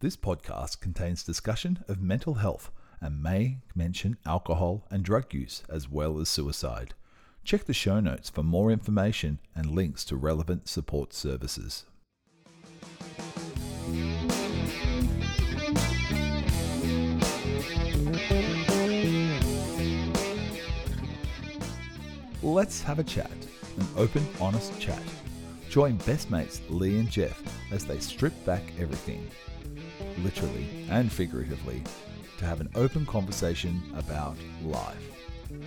This podcast contains discussion of mental health and may mention alcohol and drug use as well as suicide. Check the show notes for more information and links to relevant support services. Let's have a chat, an open, honest chat. Join best mates Lee and Jeff as they strip back everything, literally and figuratively, to have an open conversation about life.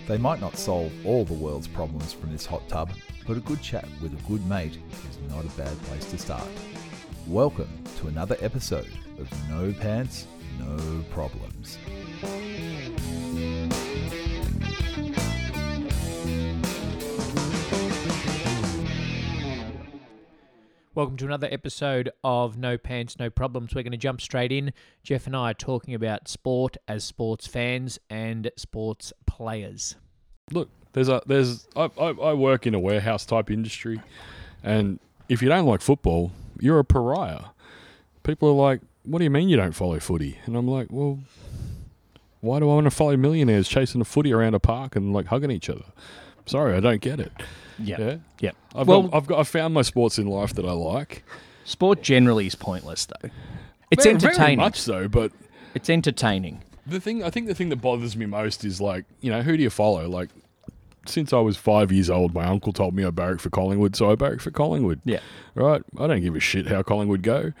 They might not solve all the world's problems from this hot tub, but a good chat with a good mate is not a bad place to start. Welcome to another episode of No Pants, No Problems. Welcome to another episode of No Pants, No Problems. We're going to jump straight in. Jeff and I are talking about sport as sports fans and sports players. look, there's a there's I, I, I work in a warehouse type industry, and if you don't like football, you're a pariah. People are like, "What do you mean you don't follow footy?" And I'm like, "Well, why do I want to follow millionaires chasing a footy around a park and like hugging each other?" Sorry, I don't get it. Yeah, Yeah. I've well, got, I've got I found my sports in life that I like. sport generally is pointless, though. It's Very- very entertaining. much so, but It's entertaining. The thing I think the thing that bothers me most is like, you know, who do you follow? Like since I was five years old, my uncle told me I barrack for Collingwood, so I barrack for Collingwood. Yeah. Right? I don't give a shit how Collingwood go.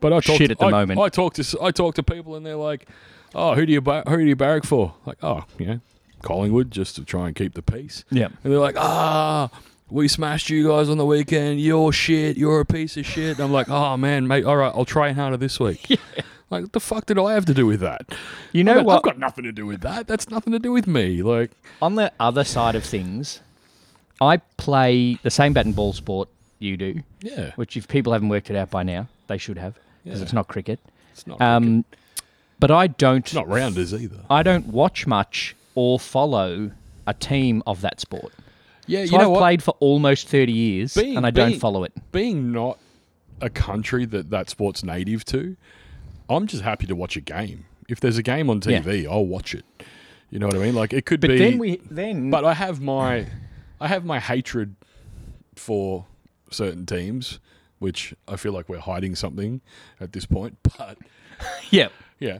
But I talk Shit to, at the I, moment. I talk to s- I talk to people and they're like, "Oh, who do you bar- who do you barrack for?" Like, "Oh, you know, Collingwood just to try and keep the peace." Yeah. And they're like, "Ah, we smashed you guys on the weekend. You're shit. You're a piece of shit." And I'm like, "Oh man, mate. All right, I'll try harder this week." Like, what the fuck did I have to do with that? You know I've got- what? I've got nothing to do with that. That's nothing to do with me. Like, On the other side of things, I play the same bat and ball sport you do, yeah, which if people haven't worked it out by now, they should have because Yeah. it's not cricket. it's not. cricket. Um, but I don't. it's not rounders either. I don't watch much or follow a team of that sport. Yeah, So I've played for almost thirty years, Being- and I being- don't follow it. Being not a country that that sport's native to, I'm just happy to watch a game. If there's a game on Yeah. TV, I'll watch it. You know what I mean? Like, it could But be. then we then but I have my, I have my hatred for certain teams, which I feel like we're hiding something at this point. But yeah, Yeah.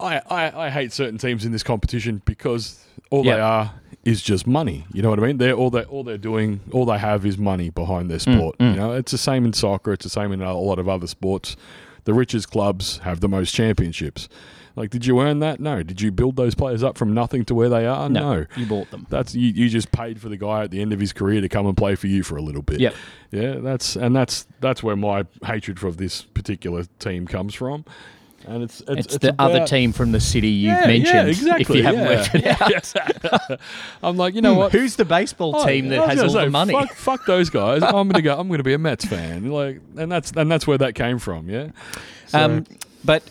I, I, I hate certain teams in this competition because all Yeah. they are is just money. You know what I mean? They're all they all they're doing, all they have is money behind their sport. You know, it's the same in soccer. It's the same in a lot of other sports. The richest clubs have the most championships. Like, did you earn that? No. Did you build those players up from nothing to where they are? no, No. you bought them. That's you, you. just paid for the guy at the end of his career to come and play for you for a little bit. Yep. Yeah. That's and that's that's where my hatred for this particular team comes from. And it's it's, It's, the other about- team from the city you've Yeah, mentioned. Yeah, exactly. If you haven't yeah. worked it out, Hmm, Yes. I'm like, you know what? who's the baseball Oh, team I that was has all gonna say, the money? Fuck, fuck those guys. I'm gonna go. I'm gonna be a Mets fan. Like, and that's and that's where that came from. Yeah. So, Um, but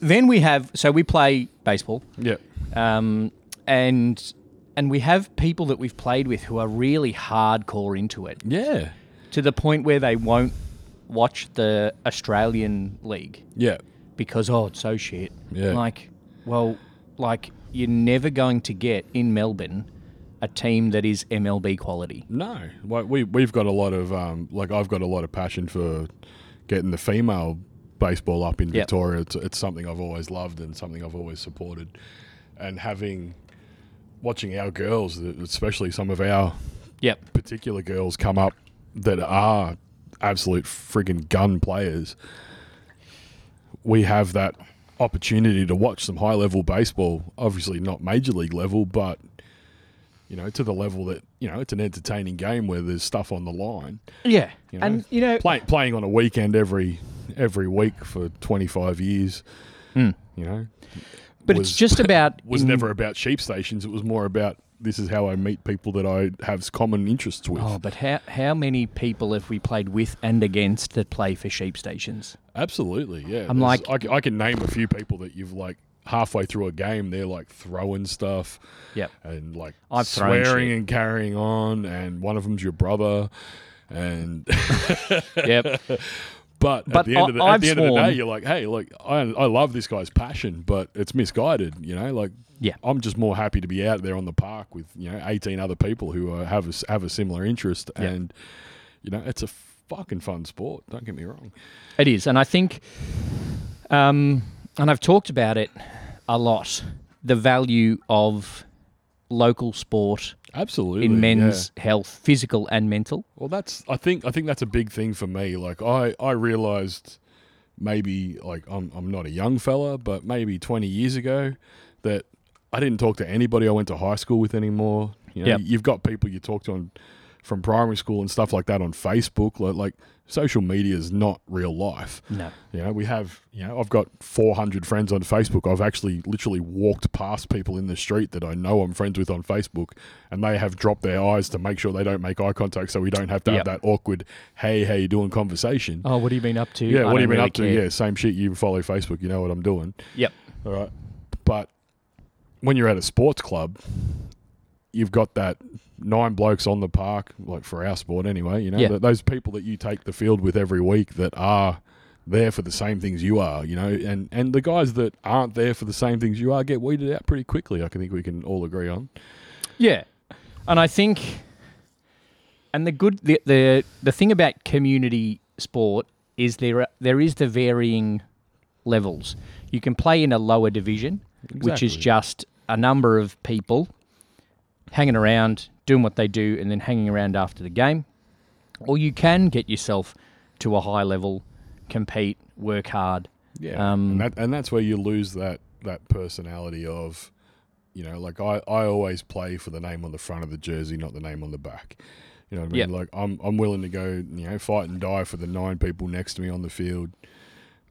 then we have so we play baseball, yeah. um, and and we have people that we've played with who are really hardcore into it Yeah. to the point where they won't watch the Australian league Yeah. because oh it's so shit. Yeah. Like, well, like you're never going to get in Melbourne a team that is MLB quality. No, like we we've got a lot of um, like I've got a lot of passion for getting the female baseball up in Yep. Victoria. It's, it's something I've always loved and something I've always supported, and having watching our girls, e-, especially some of our Yep. particular girls, come up that are absolute friggin' gun players. We have that opportunity to watch some high level baseball. Obviously, not major league level, but you know, to the level that you know, it's an entertaining game where there's stuff on the line. Yeah. You know? And you know, Play, playing on a weekend every every week for 25 years, you know, but was- it's just about was in- never about sheep stations. It was more about this is how I meet people that I have common interests with. Oh, but how how many people have we played with and against that play for sheep stations? Absolutely, yeah. I'm There's- like- I, c- I can name a few people that you've like halfway through a game, they're like throwing stuff Yep. and like I've thrown swearing shit. and carrying on, and one of them's your brother, and Yep. But, But at the end, I- of, the, at I've the end of the day, sworn- you're like, hey, look, I, I love this guy's passion, but it's misguided. You know, like, Yeah. I'm just more happy to be out there on the park with you know 18 other people who are, have a, s- have a similar interest, Yeah. and you know, it's a fucking fun sport. Don't get me wrong. It is, and I think, um, and I've talked about it a lot. The value of local sport Absolutely, in yeah. men's health, physical and mental. Well, that's I think I think that's a big thing for me. Like I I realized maybe like I'm I'm not a young fella, but maybe 20 years ago that I didn't talk to anybody I went to high school with anymore. You know, Yep. you've got people you talk to on from primary school and stuff like that on Facebook. Like, like social media is not real life. No. You know, we have, you know, I've got 400 friends on Facebook. I've actually literally walked past people in the street that I know I'm friends with on Facebook, and they have dropped their eyes to make sure they don't make eye contact so we don't have to Yep. have that awkward, hey, how you doing conversation. Oh, what have you been up to? yeah, I what don't have you been really up to? care. Yeah, same shit. You follow Facebook, you know what I'm doing. Yep. All right. But when you're at a sports club, you've got that nine blokes on the park, like for our sport anyway, you know, Yeah. th those people that you take the field with every week that are there for the same things you are, you know, and, and the guys that aren't there for the same things you are get weeded out pretty quickly. I can think we can all agree on. Yeah, and I think, and the good the the, the thing about community sport is there are, there is the varying levels. You can play in a lower division, which is Exactly. just a number of people hanging around, doing what they do, and then hanging around after the game. Or you can get yourself to a high level, compete, work hard. Yeah, Um, and, that, and that's where you lose that that personality of, you know, like I, I always play for the name on the front of the jersey, not the name on the back. You know what I mean? Yeah. Like I'm I'm willing to go, you know, fight and die for the nine people next to me on the field.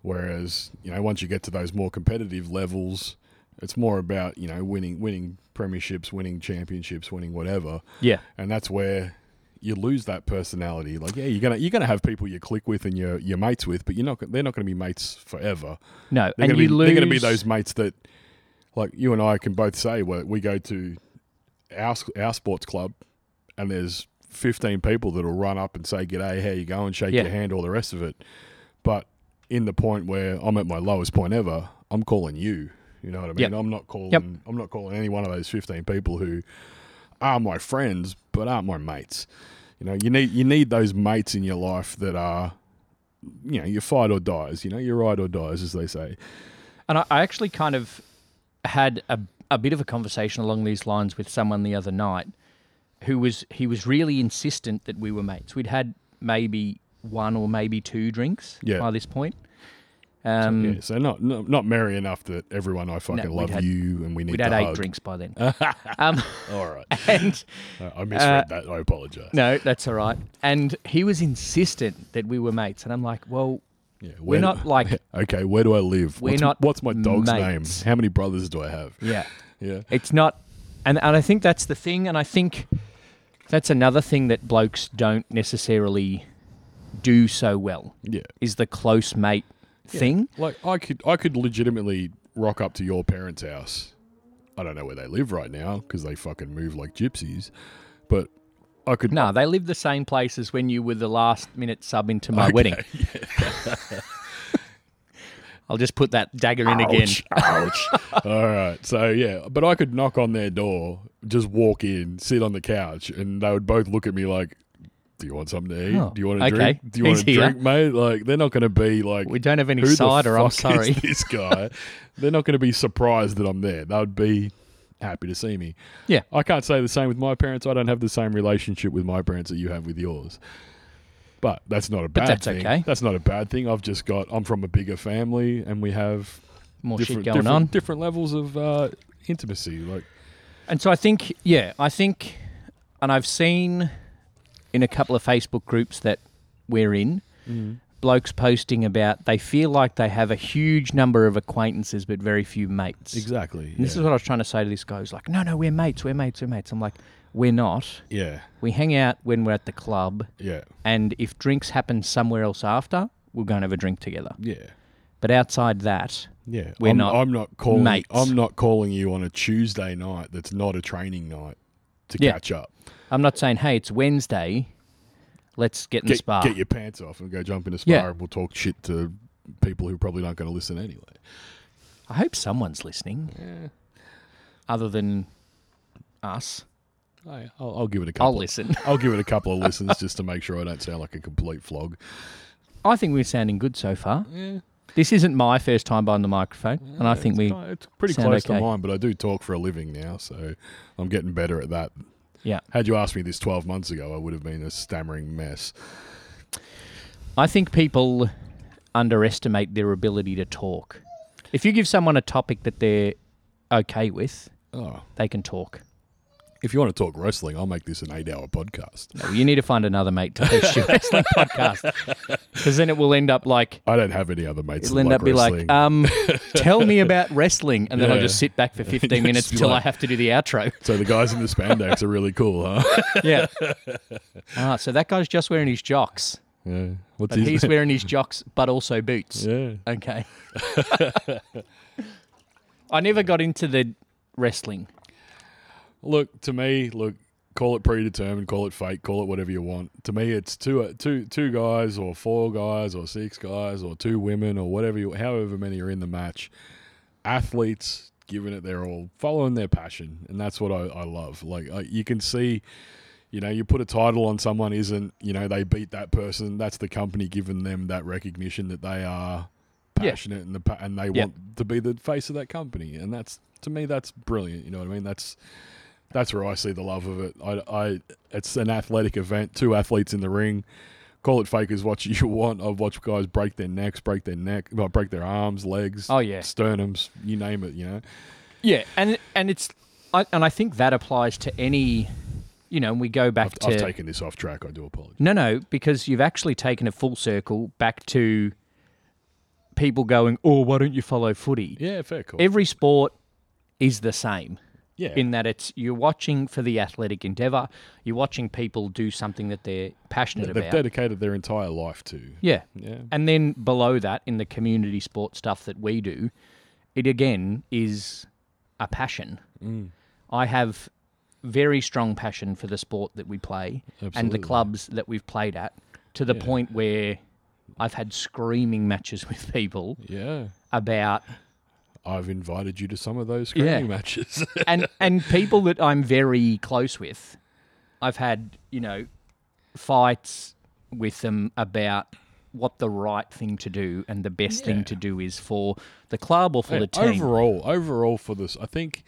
Whereas you know, once you get to those more competitive levels, it's more about you know winning winning premierships, winning championships, winning whatever Yeah, and that's where you lose that personality. Like, yeah, you're gonna you're gonna have people you click with and you're you're mates with, but you're not they're not gonna be mates forever. no, They're and gonna you be lose. they're gonna be those mates that, like you and I can both say, well, we go to our s- our sports club, and there's 15 people that'll run up and say g'day, how you going, shake Yeah. your hand, all the rest of it. But in the point where I'm at my lowest point ever, I'm calling you. You know what I mean? Yep. I'm not calling. Yep. I'm not calling any one of those 15 people who are my friends but aren't my mates. You know, you need you need those mates in your life that are, you know, your fight or dies. You know, your ride or dies, as they say. And I, I actually kind of had a, a bit of a conversation along these lines with someone the other night who was he was really insistent that we were mates. We'd had maybe one or maybe two drinks Yeah. by this point. Um, yeah, so not, not not merry enough that everyone I fucking we'd love had- you and we need We'd to had hug. eight drinks by then. um, All right, Uh, and I Uh, misread that. I apologize. no, that's all right. And he was insistent that we were mates, and I'm like, well, Yeah, we're where- not like- okay. Where do I live? We're what's, not What's my dog's mates. name? How many brothers do I have? yeah. Yeah, It's not, and and I think that's the thing, and I think that's another thing that blokes don't necessarily do so well yeah. is the close mate thing. Like I could I could legitimately rock up to your parents' house. I don't know where they live right now because they fucking move like gypsies, but I could No, they live the same place as when you were the last minute sub into my wedding. I'll just put that dagger in again. Ouch. All right. So yeah, but I could knock on their door, just walk in, sit on the couch, and they would both look at me like, "Do you want something to eat? Oh, Do you want to okay. drink? Do you He's want to here." drink, mate?" Like they're not going to be like, We don't have any "Who the cider, I'm fuck is sorry. this guy." they're not going to be surprised that I'm there. They would be happy to see me. Yeah. I can't say the same with my parents. I don't have the same relationship with my parents that you have with yours. But that's not a bad that's thing. okay. That's not a bad thing. I've just got I'm from a bigger family and we have More different shit going different, on. different levels of uh, intimacy. Like And so I think, yeah, I think, and I've seen in a couple of Facebook groups that we're in, Mm. blokes posting about they feel like they have a huge number of acquaintances but very few mates. exactly. And this is what I was trying to say to this guy who's like, no, no, we're mates, we're mates, we're mates. I'm like, we're not. yeah, We hang out when we're at the club, yeah, and if drinks happen somewhere else after, we'll go and have a drink together. yeah, But outside that, yeah. We're I'm not I'm not calling. mates. I'm not calling you on a Tuesday night that's not a training night to Yeah. catch up. I'm not saying, hey, it's Wednesday, Let's get in the Get, spa. get your pants off and go jump in a spa, Yeah. and we'll talk shit to people who probably aren't going to listen anyway. I hope someone's listening other than us. I, will I'll give it a I'll couple. listen. I'll give it a couple of listens just to make sure I don't sound like a complete flog. I think we're sounding good so far. Yeah, This isn't my first time behind the microphone, and I think we, it's pretty sound close okay. to mine, but I do talk for a living now, so I'm getting better at that. yeah, Had you asked me this 12 months ago, I would have been a stammering mess. I think people underestimate their ability to talk. If you give someone a topic that they're okay with, Oh, they can talk. if you want to talk wrestling, I'll make this an eight-hour podcast. Well, you need to find another mate to host your wrestling podcast, because then it will end up like I don't have any other mates. it'll that end like up be wrestling. like, um, tell me about wrestling, and then I'll Yeah. just sit back for fifteen Just minutes be till I like- have to do the outro. so the guys in the spandex are really cool, huh? Yeah. ah, so that guy's just wearing his jocks, Yeah. What's but his he's name? wearing his jocks, but also boots. Yeah. Okay. I never got into the wrestling. Look to me, look. Call it predetermined, call it fate, call it whatever you want. To me, it's two, uh, two, two guys, or four guys, or six guys, or two women, or whatever. You, however many are in the match, athletes giving it their all, following their passion, and that's what I, I love. Like I, you can see, you know, you put a title on someone, isn't you know they beat that person. That's the company giving them that recognition that they are Yeah. passionate and the pa- and they Yeah. want to be the face of that company, and that's to me that's brilliant. You know what I mean? That's that's where I see the love of it. I, I it's an athletic event, two athletes in the ring. Call it fakers, what you want. I've watched guys break their necks, break their neck, well, break their arms, legs, Oh, yeah. sternums, you name it. You know, Yeah, and and it's I, and I think that applies to any, you know. And we go back I've, to I've taken this off track. I do apologize. no, no, because you've actually taken a full circle back to people going, "Oh, why don't you follow footy?" Yeah, fair call. Every sport is the same. yeah, in that it's you're watching for the athletic endeavor, you're watching people do something that they're passionate they've about. dedicated their entire life to. yeah. Yeah, And then below that in the community sport stuff that we do, it again is a passion. I have very strong passion for the sport that we play and the Absolutely. clubs that we've played at to the point where I've had screaming matches with people yeah. about I've invited you to some of those screening Yeah. matches. and and people that I'm very close with, I've had you know fights with them about what the right thing to do and the best thing to do is for the club or for the Yeah, team. Overall, overall for this, I think,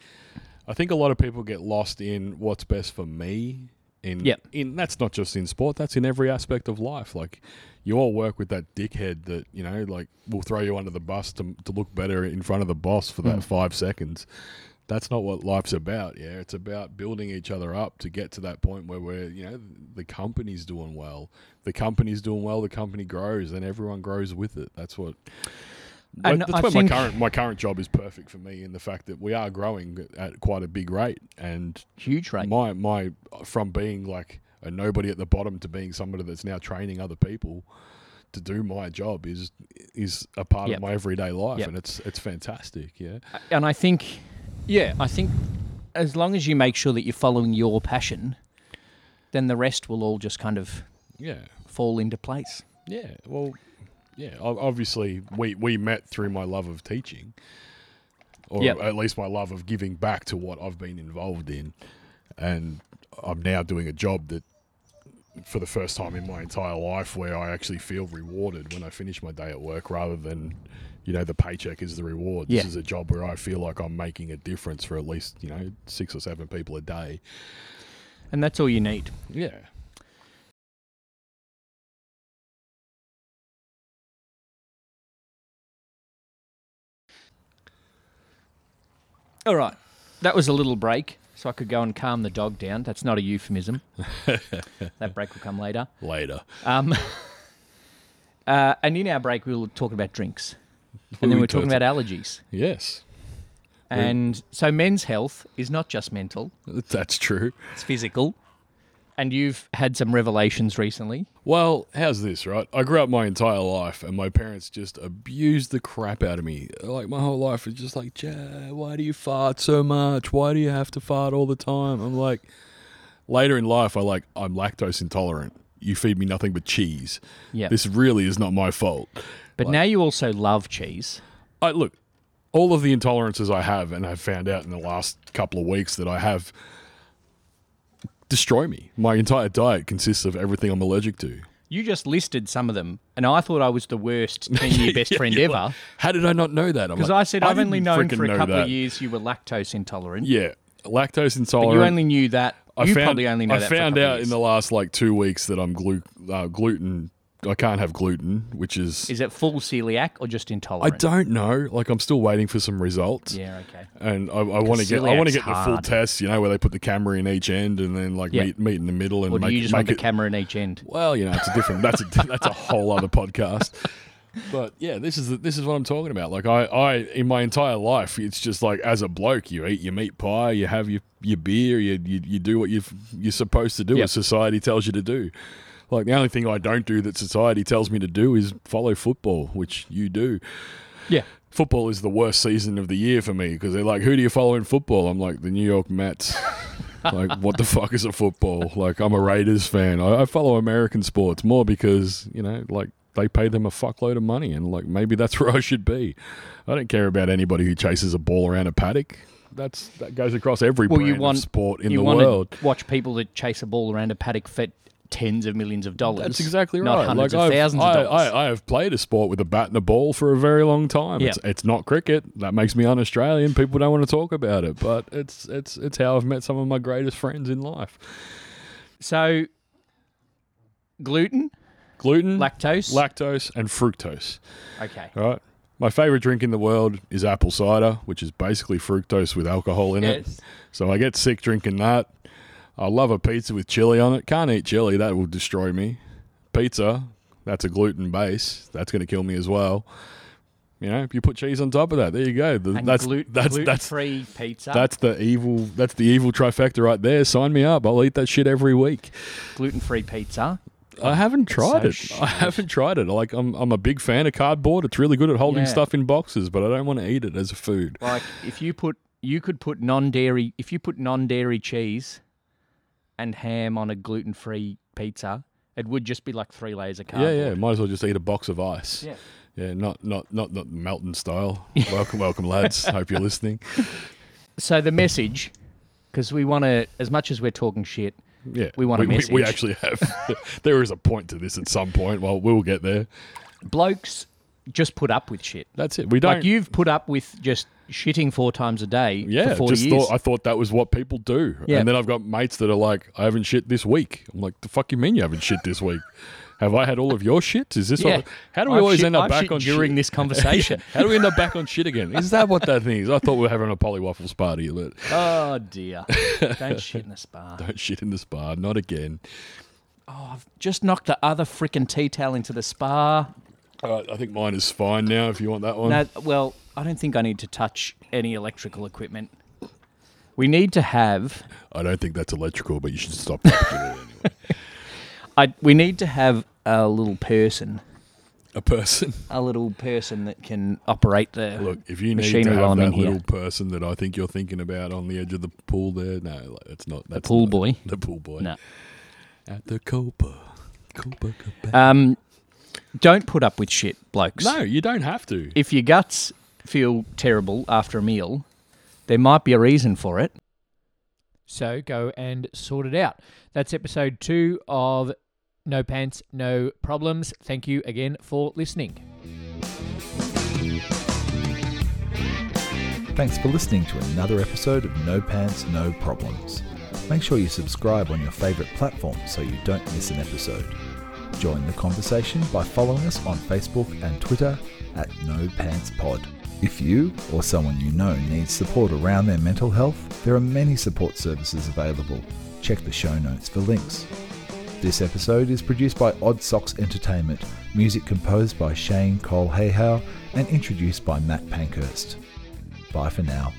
I think a lot of people get lost in what's best for me. In Yep. in that's not just in sport; that's in every aspect of life. Like you all work with that dickhead that you know, like will throw you under the bus to to look better in front of the boss for that five seconds. That's not what life's about. Yeah, it's about building each other up to get to that point where we're you know the company's doing well. The company's doing well. The company grows, and everyone grows with it. That's what And that's I where think- my current my current job is perfect for me in the fact that we are growing at quite a big rate, and Huge rate. my my from being like a nobody at the bottom to being somebody that's now training other people to do my job is is a part Yep. of my everyday life, Yep. and it's it's fantastic. Yeah, and I think, yeah, I think as long as you make sure that you're following your passion, then the rest will all just kind of yeah, fall into place. yeah. Well, yeah. o- Obviously, we we met through my love of teaching, or Yep. at least my love of giving back to what I've been involved in, and I'm now doing a job that for the first time in my entire life where I actually feel rewarded when I finish my day at work rather than, you know, the paycheck is the reward. Yeah. This is a job where I feel like I'm making a difference for at least, you know, six or seven people a day. And that's all you need. Yeah. All right. That was a little break, so I could go and calm the dog down. That's not a euphemism. that break will come later. Later. Um, uh, and in our break, we were talking about drinks. And then we We were talking talked- about allergies. Yes. And so men's health is not just mental, That's true. it's physical. And you've had some revelations recently. Well, how's this, right? I grew up my entire life and my parents just abused the crap out of me. Like, my whole life was just like, "Jay, why do you fart so much? Why do you have to fart all the time? I'm like, later in life, I like, I'm lactose intolerant. you feed me nothing but cheese. Yeah. This really is not my fault. But now you also love cheese. I look, all of the intolerances I have and have found out in the last couple of weeks that I have destroy me. My entire diet consists of everything I'm allergic to. You just listed some of them, and I thought I was the worst 10 year best friend Yeah, ever. like, how did I not know that? Because I said I've only known for a couple that. of years you were lactose intolerant. Yeah, lactose but intolerant. you only knew that. I you found, probably only know I that. for a found couple of out years. in the last like two weeks that I'm glu- uh, gluten. I can't have gluten, which is, Is it full celiac or just I intolerant? don't know. Like I'm still waiting for some results. Yeah, okay. And I, I want to get I want celiac's to get the full hard. test, you know, where they put the camera in each end and then like Yeah. meet meet in the middle and Or do make, you just make want the it. camera in each end? well, you know, it's a different. that's a that's a whole other podcast. But yeah, this is the, this is what I'm talking about. Like I, I in my entire life, it's just like as a bloke, you eat your meat pie, you have your your beer, you you, you do what you you're supposed to do, Yep. as society tells you to do. Like the only thing I don't do that society tells me to do is follow football, which you do Yeah. football is the worst season of the year for me because they're like, who do you follow in football? I'm like, the New York Mets. like, what the fuck is a football? Like, I'm a Raiders fan. I, I follow American sports more because, you know, like, they pay them a fuckload of money and, like, maybe that's where I should be. I don't care about anybody who chases a ball around a paddock. That's That goes across every Well, brand you want of sport in you the want world. to watch people that chase a ball around a paddock for tens of millions of dollars. That's exactly right. not hundreds like of I've- thousands I, of dollars. I, I have played a sport with a bat and a ball for a very long time. Yeah. It's, it's not cricket. That makes me un-Australian. People don't want to talk about it, but it's it's it's how I've met some of my greatest friends in life. so, gluten, Gluten, lactose. lactose, and fructose. okay. All right. My favorite drink in the world is apple cider, which is basically fructose with alcohol in it. Yes. So I get sick drinking that. I love a pizza with chili on it. Can't eat chili, that will destroy me. Pizza, that's a gluten base. That's going to kill me as well. You know, if you put cheese on top of that, there you go. The- And that's gluten, that's that's free pizza. that's the evil that's the evil trifecta right there. Sign me up. I'll eat that shit every week. gluten free pizza. I haven't tried so it. I shit. haven't tried it. Like I'm, I'm a big fan of cardboard. It's really good at holding Yeah. stuff in boxes, but I don't want to eat it as a food. Like if you put you could put non dairy if you put non dairy cheese and ham on a gluten free pizza, it would just be like three layers of cardboard. Yeah, yeah. Might as well just eat a box of ice. Yeah. Yeah, not not not not Melton style. Welcome, welcome, lads. Hope you're listening. So the message, because we want to, as much as we're talking shit, Yeah, We want a we, we message. actually have. there is a point to this at some point. Well, we'll get there. blokes just put up with shit. That's it. We don't. Like you've put up with just shitting four times a day yeah, for four just years. thought I thought that was what people do. Yeah. And then I've got mates that are like, I haven't shit this week. I'm like, the fuck you mean you haven't shit this week? Have I had all of your shit? Is this yeah. all- how do we I've always shit- end up I've back shit on during shit? this conversation? How do we end up back on shit again? Is that what that thing is? I thought we were having a polywaffles party, but Oh dear! Don't shit in the spa. don't shit in the spa, not again. Just knock the other frickin' tea towel into the spa. All right, I think mine is fine now. If you want that one, No, well, I don't think I need to touch any electrical equipment. We need to have I don't think that's electrical, but you should stop. packaging it anyway. I we need to have a little person, A person. a little person that can operate the Look, if you need machinery to while I'm have that in here. little person that I think you're thinking about on the edge of the pool there, no, like, that's not that's pool not- boy? The pool boy. No. At the Copa. Copa Cabana. Um, don't put up with shit, blokes. no, you don't have to. If your guts feel terrible after a meal, there might be a reason for it. So go and sort it out. That's episode two of No Pants, No Problems. Thank you again for listening. Thanks for listening to another episode of No Pants, No Problems. Make sure you subscribe on your favourite platform so you don't miss an episode. Join the conversation by following us on Facebook and Twitter at No Pants Pod. If you or someone you know needs support around their mental health, there are many support services available. Check the show notes for links. This episode is produced by Odd Socks Entertainment, music composed by Shane Cole Hayhow, and introduced by Matt Pankhurst. Bye for now.